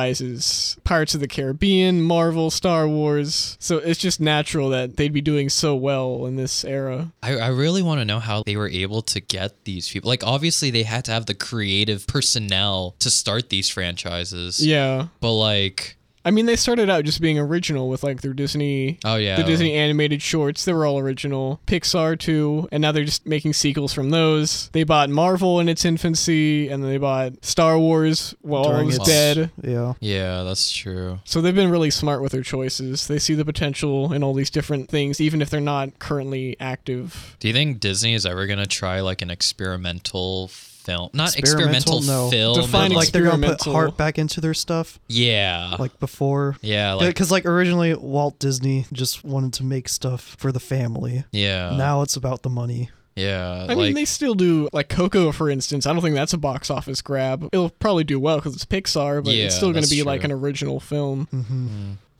[SPEAKER 2] franchises: Pirates of the Caribbean, Marvel, Star Wars. So it's just natural that they'd be doing so well in this era.
[SPEAKER 1] I, I really want to know how they were able to get these people. Like, obviously, they had to have the creative personnel to start these franchises.
[SPEAKER 2] Yeah,
[SPEAKER 1] But, like,
[SPEAKER 2] I mean, they started out just being original with like their Disney.
[SPEAKER 1] oh, yeah.
[SPEAKER 2] The Disney animated shorts, they were all original. Pixar, too, and now they're just making sequels from those. They bought Marvel in its infancy, and then they bought Star Wars while it
[SPEAKER 3] during
[SPEAKER 2] was
[SPEAKER 3] its
[SPEAKER 2] dead.
[SPEAKER 3] Yeah.
[SPEAKER 1] Yeah, that's true.
[SPEAKER 2] So they've been really smart with their choices. They see the potential in all these different things, even if they're not currently active.
[SPEAKER 1] Do you think Disney is ever gonna try like an experimental film? Not experimental,
[SPEAKER 3] Experimental? No.
[SPEAKER 1] film.
[SPEAKER 2] Define
[SPEAKER 1] but,
[SPEAKER 3] like they're gonna put
[SPEAKER 2] experimental.
[SPEAKER 3] heart back into their stuff,
[SPEAKER 1] yeah,
[SPEAKER 3] like before.
[SPEAKER 1] yeah, Uh-huh. like
[SPEAKER 3] Because like, originally Walt Disney just wanted to make stuff for the family.
[SPEAKER 1] yeah,
[SPEAKER 3] now it's about the money.
[SPEAKER 1] yeah.
[SPEAKER 2] I
[SPEAKER 1] like,
[SPEAKER 2] mean, they still do, like Coco, for instance. I don't think that's a box office grab. It'll probably do well because it's Pixar, but
[SPEAKER 1] Yeah,
[SPEAKER 2] it's still going to
[SPEAKER 1] that's
[SPEAKER 2] be like
[SPEAKER 1] true.
[SPEAKER 2] an original film.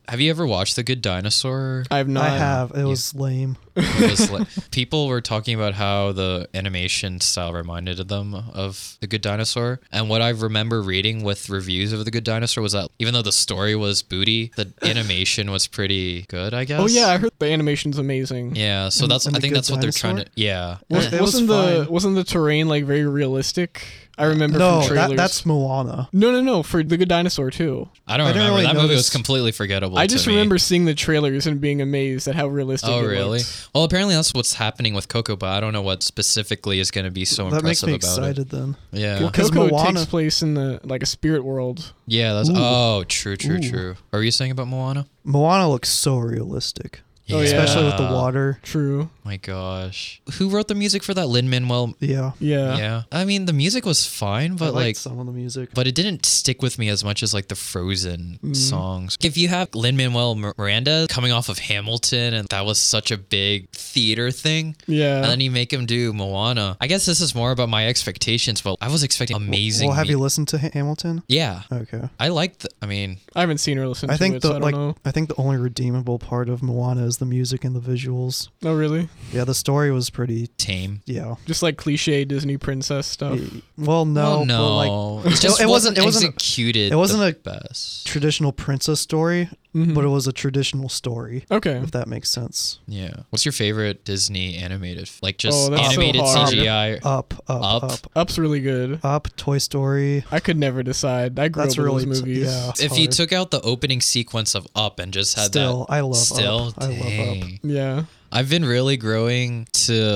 [SPEAKER 1] have you ever watched The Good Dinosaur?
[SPEAKER 2] I have not.
[SPEAKER 3] Mm-hmm. I have. It was lame.
[SPEAKER 1] It was like- [LAUGHS] people were talking about how the animation style reminded them of The Good Dinosaur, and what I remember reading with reviews of The Good Dinosaur was that even though the story was booty,
[SPEAKER 3] [LAUGHS]
[SPEAKER 1] the animation was pretty good. I guess.
[SPEAKER 2] Oh yeah, I heard the animation's amazing.
[SPEAKER 1] Yeah, so
[SPEAKER 3] And-
[SPEAKER 1] that's
[SPEAKER 3] and
[SPEAKER 1] I
[SPEAKER 3] The
[SPEAKER 1] think
[SPEAKER 3] Good
[SPEAKER 1] that's what they're trying to. Yeah,
[SPEAKER 2] Was,
[SPEAKER 3] It was
[SPEAKER 2] not the
[SPEAKER 3] fine.
[SPEAKER 2] wasn't the terrain like very realistic? I remember
[SPEAKER 3] No,
[SPEAKER 2] from trailers.
[SPEAKER 3] that, that's Moana.
[SPEAKER 2] no, no, no. For the Good Dinosaur too.
[SPEAKER 1] I don't
[SPEAKER 3] I didn't
[SPEAKER 1] remember.
[SPEAKER 3] really
[SPEAKER 1] that movie was
[SPEAKER 3] notice.
[SPEAKER 1] completely forgettable.
[SPEAKER 2] I
[SPEAKER 1] to
[SPEAKER 2] just
[SPEAKER 1] me.
[SPEAKER 2] remember seeing the trailers and being amazed at how realistic.
[SPEAKER 1] Oh
[SPEAKER 2] it
[SPEAKER 1] really?
[SPEAKER 2] looked.
[SPEAKER 1] Well, apparently that's what's happening with Coco, but I don't know what specifically is going to be so
[SPEAKER 3] That makes
[SPEAKER 1] impressive
[SPEAKER 3] me
[SPEAKER 1] about
[SPEAKER 3] excited
[SPEAKER 1] it.
[SPEAKER 3] then.
[SPEAKER 1] Yeah,
[SPEAKER 2] Well,
[SPEAKER 3] 'Cause
[SPEAKER 2] Coco
[SPEAKER 3] Moana-
[SPEAKER 2] Uh, takes place in the like a spirit world.
[SPEAKER 1] yeah. That's
[SPEAKER 3] Ooh.
[SPEAKER 1] oh, true, true,
[SPEAKER 3] Ooh.
[SPEAKER 1] true. Are you saying about Moana?
[SPEAKER 3] Moana looks so realistic,
[SPEAKER 2] Oh, yeah.
[SPEAKER 3] especially with the
[SPEAKER 1] Yeah.
[SPEAKER 3] water.
[SPEAKER 2] True.
[SPEAKER 1] My gosh, who wrote the music for that? Lin Manuel.
[SPEAKER 3] Yeah.
[SPEAKER 2] Yeah.
[SPEAKER 1] Yeah, I mean the music was fine,
[SPEAKER 3] I
[SPEAKER 1] but
[SPEAKER 3] liked
[SPEAKER 1] like
[SPEAKER 3] some of the music.
[SPEAKER 1] but it didn't stick with me as much as like the Frozen
[SPEAKER 3] Mm-hmm.
[SPEAKER 1] songs. If you have Lin Manuel Miranda coming off of Hamilton, and that was such a big theater thing,
[SPEAKER 2] Yeah.
[SPEAKER 1] and then you make him do Moana. I guess this is more about my expectations, but I was expecting amazing.
[SPEAKER 3] Well, have you
[SPEAKER 1] mu-
[SPEAKER 3] listened to Ha- Hamilton?
[SPEAKER 1] yeah,
[SPEAKER 3] Okay.
[SPEAKER 1] I liked. The, I mean,
[SPEAKER 2] I haven't seen or listened
[SPEAKER 3] I
[SPEAKER 2] to
[SPEAKER 3] think
[SPEAKER 2] it,
[SPEAKER 3] the
[SPEAKER 2] so I don't
[SPEAKER 3] like
[SPEAKER 2] know.
[SPEAKER 3] I think the only redeemable part of Moana is the music and the visuals.
[SPEAKER 2] Oh really?
[SPEAKER 3] Yeah, the story was pretty.
[SPEAKER 1] tame.
[SPEAKER 3] Yeah.
[SPEAKER 2] Just like cliche Disney princess stuff.
[SPEAKER 3] Y- Well,
[SPEAKER 1] well,
[SPEAKER 3] no, but like
[SPEAKER 1] no, it just
[SPEAKER 3] it
[SPEAKER 1] wasn't.
[SPEAKER 3] wasn't- it wasn't-
[SPEAKER 1] executed.
[SPEAKER 3] it wasn't
[SPEAKER 1] the
[SPEAKER 3] a-
[SPEAKER 1] best.
[SPEAKER 3] traditional princess story,
[SPEAKER 2] Mhm.
[SPEAKER 1] Mm-hmm.
[SPEAKER 3] but it was a traditional story.
[SPEAKER 2] Okay.
[SPEAKER 3] If that makes sense.
[SPEAKER 1] Yeah. What's your favorite Disney animated? Like just
[SPEAKER 2] Oh, that's so
[SPEAKER 1] animated
[SPEAKER 2] hard.
[SPEAKER 1] CGI.
[SPEAKER 3] Up, up,
[SPEAKER 1] Up.
[SPEAKER 3] up,
[SPEAKER 2] Up's really good.
[SPEAKER 3] up. Toy Story.
[SPEAKER 2] I could never decide. I grew
[SPEAKER 3] That's
[SPEAKER 2] up with
[SPEAKER 3] really
[SPEAKER 2] those
[SPEAKER 3] t-
[SPEAKER 2] movies.
[SPEAKER 3] yeah.
[SPEAKER 1] if you
[SPEAKER 3] hard.
[SPEAKER 1] took out the opening sequence of Up and just had
[SPEAKER 3] Still,
[SPEAKER 1] that,
[SPEAKER 3] I love
[SPEAKER 1] still,
[SPEAKER 3] Up. I
[SPEAKER 1] dang.
[SPEAKER 3] love Up.
[SPEAKER 2] Yeah.
[SPEAKER 1] I've been really growing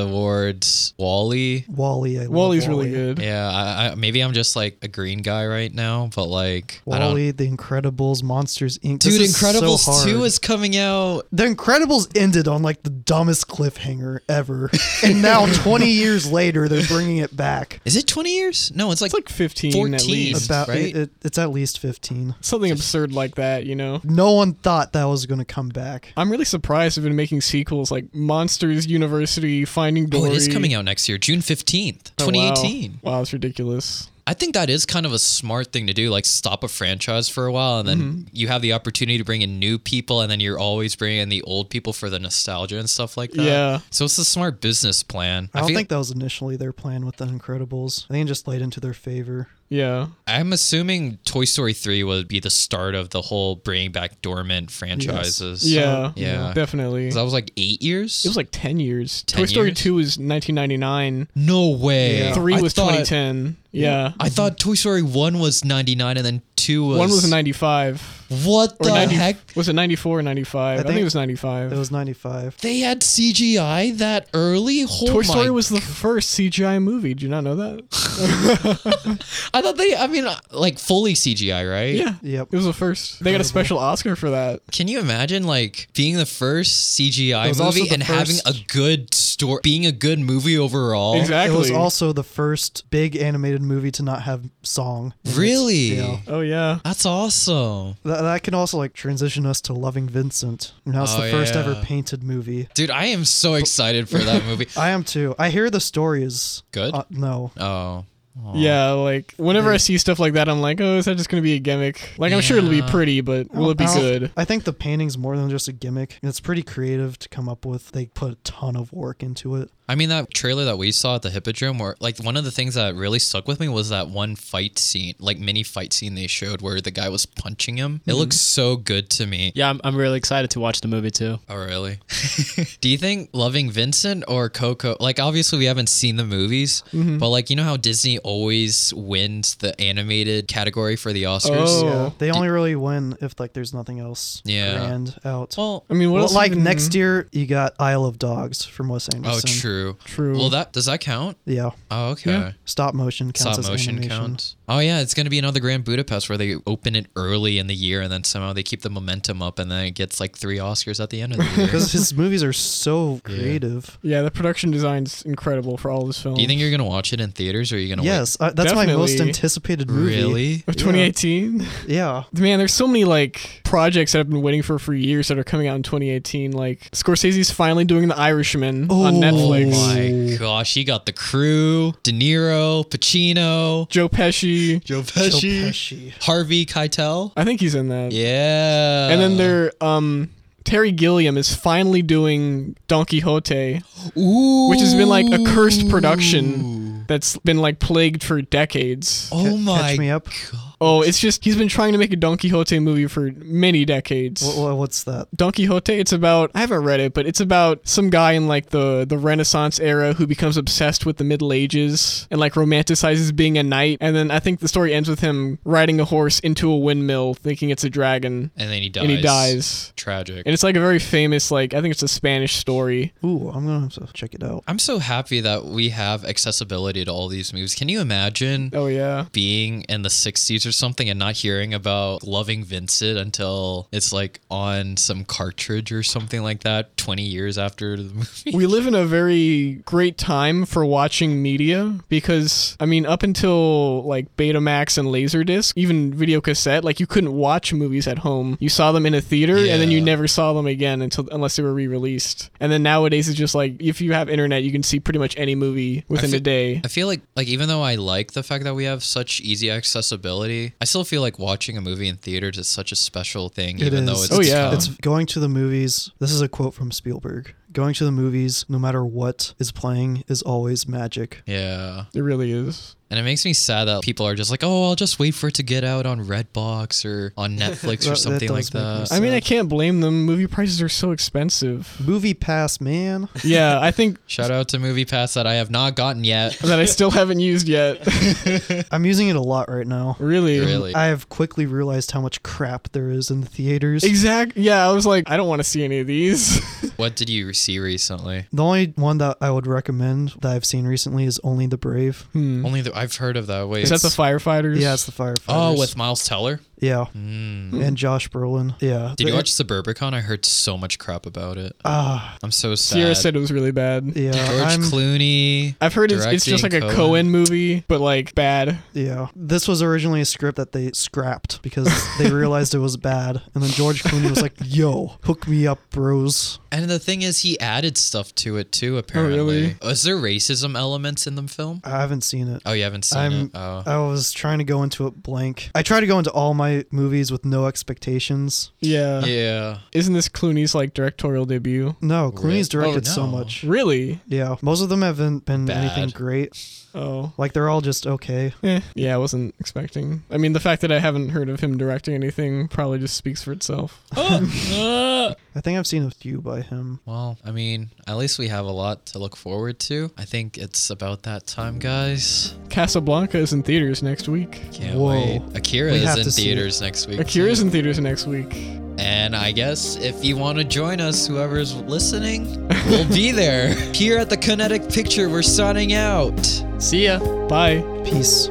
[SPEAKER 1] towards
[SPEAKER 3] [LAUGHS]
[SPEAKER 1] Wally.
[SPEAKER 3] Wally. I love
[SPEAKER 2] Wally's really
[SPEAKER 3] Wally.
[SPEAKER 2] good.
[SPEAKER 1] Yeah, I, I, maybe I'm just like a green guy right now, but like I don't.
[SPEAKER 3] Wally, The Incredibles, Monsters Inc.
[SPEAKER 1] Dude,
[SPEAKER 3] This is so
[SPEAKER 1] Incredibles
[SPEAKER 3] hard.
[SPEAKER 1] 2 is coming out.
[SPEAKER 3] The Incredibles ended on like the dumbest cliffhanger
[SPEAKER 1] [LAUGHS]
[SPEAKER 3] ever, and now 20 years later they're bringing it back.
[SPEAKER 1] Is it 20 years? No, it's like,
[SPEAKER 2] It's like 15 at
[SPEAKER 1] 14.
[SPEAKER 2] least.
[SPEAKER 3] About
[SPEAKER 1] Right?
[SPEAKER 3] it, it, it's at least 15.
[SPEAKER 2] Something absurd like that, you know?
[SPEAKER 3] No one thought that was gonna come back.
[SPEAKER 2] I'm really surprised they've been making sequels like Monsters University, Finding
[SPEAKER 1] oh,
[SPEAKER 2] Dory.
[SPEAKER 1] it is coming out next year, June 15th,
[SPEAKER 2] Oh, wow.
[SPEAKER 1] 2018.
[SPEAKER 2] Wow, it's ridiculous.
[SPEAKER 1] I think that is kind of a smart thing to do, like stop a franchise for a while and then
[SPEAKER 2] Mm-hmm.
[SPEAKER 1] you have the opportunity to bring in new people and then you're always bringing in the old people for the nostalgia and stuff like that.
[SPEAKER 2] Yeah.
[SPEAKER 1] So it's a smart business plan.
[SPEAKER 3] I don't
[SPEAKER 1] feel-
[SPEAKER 3] think that was initially their plan with The Incredibles. I think it just played into their favor.
[SPEAKER 2] Yeah.
[SPEAKER 1] I'm assuming Toy Story 3 would be the start of the whole bringing back dormant franchises.
[SPEAKER 2] yeah.
[SPEAKER 1] yeah.
[SPEAKER 2] Definitely.
[SPEAKER 1] 'Cause
[SPEAKER 2] It
[SPEAKER 1] that was like eight years?
[SPEAKER 2] was like 10 years.
[SPEAKER 1] 10
[SPEAKER 2] Toy Story
[SPEAKER 1] years?
[SPEAKER 2] 2 was 1999.
[SPEAKER 1] no way.
[SPEAKER 2] 3
[SPEAKER 1] I
[SPEAKER 2] was
[SPEAKER 1] thought-
[SPEAKER 2] 2010. Yeah.
[SPEAKER 1] I thought Toy Story 1 was 99 and then 2 was.
[SPEAKER 2] One was 95.
[SPEAKER 1] What
[SPEAKER 2] Or
[SPEAKER 1] the
[SPEAKER 2] 90,
[SPEAKER 1] heck?
[SPEAKER 2] Was it 94 or 95? I think,
[SPEAKER 3] think-
[SPEAKER 2] it was 95.
[SPEAKER 3] It was 95.
[SPEAKER 1] They had CGI that early? Oh
[SPEAKER 2] Toy Story
[SPEAKER 1] my
[SPEAKER 2] was the first CGI movie. Do you not know that?
[SPEAKER 1] I thought they, I mean, uh, like fully CGI, right?
[SPEAKER 2] Yeah.
[SPEAKER 3] Yep.
[SPEAKER 2] It was the first. They got a special Oscar for that.
[SPEAKER 1] Can you imagine like being the first
[SPEAKER 3] It
[SPEAKER 1] CGI
[SPEAKER 3] was also
[SPEAKER 1] movie
[SPEAKER 3] the
[SPEAKER 1] and having a
[SPEAKER 3] first-
[SPEAKER 1] good story, being a good movie overall?
[SPEAKER 2] Exactly.
[SPEAKER 3] It was also the first big animated movie to not have song. in it.
[SPEAKER 1] Really?
[SPEAKER 3] Yeah.
[SPEAKER 2] oh yeah.
[SPEAKER 1] That's awesome.
[SPEAKER 3] That, that can also like transition us to Loving Vincent. Now it's
[SPEAKER 1] Oh,
[SPEAKER 3] the first
[SPEAKER 1] yeah.
[SPEAKER 3] ever painted movie.
[SPEAKER 1] Dude, I am so excited for that
[SPEAKER 3] [LAUGHS]
[SPEAKER 1] movie.
[SPEAKER 3] I am too. I hear the story is
[SPEAKER 1] Good?
[SPEAKER 3] Uh, no,
[SPEAKER 1] oh. Aw.
[SPEAKER 2] Yeah, like whenever I see stuff like that, I'm like, oh, is that just gonna be a gimmick? Like, I'm sure it'll be
[SPEAKER 1] Yeah.
[SPEAKER 2] pretty, but will it be
[SPEAKER 3] I don't-
[SPEAKER 2] good?
[SPEAKER 3] I think the painting's more than just a gimmick. It's pretty creative to come up with. They put a ton of work into it.
[SPEAKER 1] I mean, that trailer that we saw at the Hippodrome, where like one of the things that really stuck with me was that one fight scene, like mini fight scene they showed where the guy was punching him.
[SPEAKER 3] Mm-hmm.
[SPEAKER 1] It looks so good to me.
[SPEAKER 4] Yeah, I'm, I'm really excited to watch the movie too.
[SPEAKER 1] Oh, really? [LAUGHS] Do you think loving Vincent or Coco? Like, obviously, we haven't seen the movies,
[SPEAKER 2] Mm-hmm.
[SPEAKER 3] Mm-hmm.
[SPEAKER 1] but like, you know how Disney always wins the animated category for the Oscars?
[SPEAKER 2] Oh.
[SPEAKER 3] Yeah, they only really win if like there's nothing else
[SPEAKER 1] Yeah.
[SPEAKER 3] grand out.
[SPEAKER 1] Well,
[SPEAKER 2] I mean, what
[SPEAKER 3] Well,
[SPEAKER 2] else?
[SPEAKER 3] like
[SPEAKER 2] even-
[SPEAKER 3] next year, you got Isle of Dogs from Wes Anderson.
[SPEAKER 1] oh, true.
[SPEAKER 2] True.
[SPEAKER 1] Well, that does that count?
[SPEAKER 3] Yeah,
[SPEAKER 1] Oh, okay.
[SPEAKER 2] Yeah.
[SPEAKER 3] stop motion counts
[SPEAKER 1] Stop
[SPEAKER 3] as
[SPEAKER 1] motion
[SPEAKER 3] animation. [LAUGHS]
[SPEAKER 1] counts. Oh, yeah. It's going to be another Grand Budapest where they open it early in the year and then somehow they keep the momentum up and then it gets like three Oscars at the
[SPEAKER 3] [LAUGHS]
[SPEAKER 1] end of the year.
[SPEAKER 3] Because his movies
[SPEAKER 1] [LAUGHS]
[SPEAKER 3] are so creative.
[SPEAKER 2] yeah, the production design's incredible for all this film.
[SPEAKER 1] Do you think you're going to watch it in theaters or are you going to
[SPEAKER 3] Yes, uh, that's my most
[SPEAKER 2] Definitely.
[SPEAKER 3] anticipated
[SPEAKER 1] wait?
[SPEAKER 3] movie.
[SPEAKER 1] Really?
[SPEAKER 2] of 2018?
[SPEAKER 3] Yeah.
[SPEAKER 2] Man, there's so many like projects that I've been waiting for for years that are coming out in 2018. Like Scorsese's finally doing The Irishman on
[SPEAKER 3] Oh
[SPEAKER 2] Netflix.
[SPEAKER 1] My gosh, he got the crew, De Niro, Pacino,
[SPEAKER 2] Joe Pesci,
[SPEAKER 1] Joe [LAUGHS]
[SPEAKER 3] Joe
[SPEAKER 1] Pesci.
[SPEAKER 3] Pesci.
[SPEAKER 1] Harvey Keitel.
[SPEAKER 2] I think he's in that.
[SPEAKER 1] Yeah.
[SPEAKER 2] And then there, um, Terry Gilliam is finally doing Don Quixote.
[SPEAKER 1] Ooh.
[SPEAKER 2] which has been like a cursed production that's been like plagued for decades.
[SPEAKER 1] Oh my
[SPEAKER 3] Catch me up.
[SPEAKER 1] god.
[SPEAKER 2] Oh, it's just he's been trying to make a Don Quixote movie for many decades.
[SPEAKER 3] Wha- wha- what's that?
[SPEAKER 2] Don Quixote. It's about I haven't read it, but it's about some guy in like the the Renaissance era who becomes obsessed with the Middle Ages and like romanticizes being a knight. And then I think the story ends with him riding a horse into a windmill, thinking it's a dragon,
[SPEAKER 1] And then he dies.
[SPEAKER 2] and he dies.
[SPEAKER 1] Tragic.
[SPEAKER 2] And it's like a very famous like I think it's a Spanish story.
[SPEAKER 3] Ooh, I'm gonna have to check it out.
[SPEAKER 1] I'm so happy that we have accessibility to all these movies. Can you imagine
[SPEAKER 2] Oh yeah.
[SPEAKER 1] being in the 60s or something and not hearing about Loving Vincent until it's like on some cartridge or something like that 20 years after the [LAUGHS] movie?
[SPEAKER 2] we live in a very great time for watching media because I mean up until like Betamax and Laserdisc, even video cassette, like you couldn't watch movies at home. You saw them in a theater and then you
[SPEAKER 1] Yeah.
[SPEAKER 2] never saw them again until unless they were re-released. And then nowadays it's just like if you have internet, you can see pretty much any movie within
[SPEAKER 1] fe-
[SPEAKER 2] a day.
[SPEAKER 1] I feel like like even though I like the fact that we have such easy accessibility, I still feel like watching a movie in theaters is such a special thing
[SPEAKER 3] It
[SPEAKER 1] even though
[SPEAKER 3] is.
[SPEAKER 1] it's
[SPEAKER 2] Oh, yeah.
[SPEAKER 1] tough.
[SPEAKER 3] It's going to the movies. This is a quote from Spielberg. Going to the movies, no matter what is playing, is always magic.
[SPEAKER 1] yeah.
[SPEAKER 2] It really is.
[SPEAKER 1] And it makes me sad that people are just like, "Oh, I'll just wait for it to get out on Redbox or
[SPEAKER 3] [LAUGHS]
[SPEAKER 1] on Netflix
[SPEAKER 3] That-
[SPEAKER 1] or
[SPEAKER 3] that
[SPEAKER 1] something
[SPEAKER 3] does
[SPEAKER 1] like
[SPEAKER 3] make me
[SPEAKER 1] that."
[SPEAKER 3] sad.
[SPEAKER 2] I mean, I can't blame them. Movie prices are
[SPEAKER 1] [LAUGHS]
[SPEAKER 2] so expensive.
[SPEAKER 3] Movie pass, man.
[SPEAKER 2] Yeah, I think
[SPEAKER 1] Shout out to Movie Pass that I have not gotten
[SPEAKER 3] [LAUGHS]
[SPEAKER 1] yet.
[SPEAKER 2] that I still haven't used yet. [LAUGHS]
[SPEAKER 3] I'm using it a lot right now.
[SPEAKER 2] really.
[SPEAKER 1] Really.
[SPEAKER 3] I have quickly realized how much crap there is in the theaters.
[SPEAKER 2] Exact. Yeah, I was like, I don't want to see any of these. [LAUGHS]
[SPEAKER 1] What did you see recently?
[SPEAKER 3] The only one that I would recommend that I've seen recently is Only the Brave.
[SPEAKER 2] Hmm.
[SPEAKER 1] Only the, I've heard of that. Wait.
[SPEAKER 2] Is that the firefighters?
[SPEAKER 3] Yeah, it's the firefighters.
[SPEAKER 1] Oh, with Miles Teller.
[SPEAKER 3] yeah,
[SPEAKER 1] Mm.
[SPEAKER 3] and Josh Brolin. Yeah.
[SPEAKER 1] Did you
[SPEAKER 3] They-
[SPEAKER 1] watch Suburbicon? I heard so much crap about it.
[SPEAKER 3] Ah,
[SPEAKER 1] I'm so sad.
[SPEAKER 2] Sierra said it was really bad.
[SPEAKER 3] yeah.
[SPEAKER 1] George
[SPEAKER 3] I'm-
[SPEAKER 1] Clooney.
[SPEAKER 2] I've heard it's, it's just like
[SPEAKER 1] Directing
[SPEAKER 2] a
[SPEAKER 1] Coen.
[SPEAKER 2] Cohen movie, but like bad.
[SPEAKER 3] Yeah. This was originally a script that they scrapped because they realized it was bad. And then George Clooney was like, yo, hook me up, bros.
[SPEAKER 1] And the thing is, he added stuff to it too.
[SPEAKER 3] Oh,
[SPEAKER 1] Apparently,
[SPEAKER 2] really?
[SPEAKER 1] is there racism elements in the film?
[SPEAKER 3] I haven't seen it.
[SPEAKER 1] Oh, you haven't seen
[SPEAKER 3] I'm-
[SPEAKER 1] it. Oh.
[SPEAKER 3] I was trying to go into it blank. I try to go into all my movies with no expectations.
[SPEAKER 2] Yeah.
[SPEAKER 1] yeah.
[SPEAKER 2] Isn't this Clooney's like directorial debut?
[SPEAKER 3] No, Clooney's
[SPEAKER 1] Really? Oh,
[SPEAKER 3] directed so
[SPEAKER 1] no.
[SPEAKER 3] much.
[SPEAKER 2] Really?
[SPEAKER 3] Yeah. Most of them haven't been anything
[SPEAKER 1] Bad.
[SPEAKER 3] great.
[SPEAKER 2] Oh.
[SPEAKER 3] Like, they're all just okay.
[SPEAKER 2] Eh. Yeah, I wasn't expecting. I mean, the fact that I haven't heard of him directing anything probably just speaks for itself.
[SPEAKER 1] Oh, ah.
[SPEAKER 3] I think I've seen a few by him.
[SPEAKER 1] Well, I mean, at least we have a lot to look forward to. I think it's about that time, guys.
[SPEAKER 2] Casablanca is in theaters next week.
[SPEAKER 1] Can't
[SPEAKER 3] Whoa.
[SPEAKER 1] wait. Akira
[SPEAKER 3] We
[SPEAKER 1] is
[SPEAKER 3] have
[SPEAKER 1] in
[SPEAKER 3] to see it.
[SPEAKER 1] theaters next week.
[SPEAKER 2] Akira's
[SPEAKER 1] too.
[SPEAKER 2] in theaters next week.
[SPEAKER 1] And I guess if you want to join us, whoever's listening, we'll be
[SPEAKER 3] [LAUGHS]
[SPEAKER 1] there. Here at the Kinetic Picture, we're signing out.
[SPEAKER 4] See ya.
[SPEAKER 2] Bye.
[SPEAKER 3] Peace.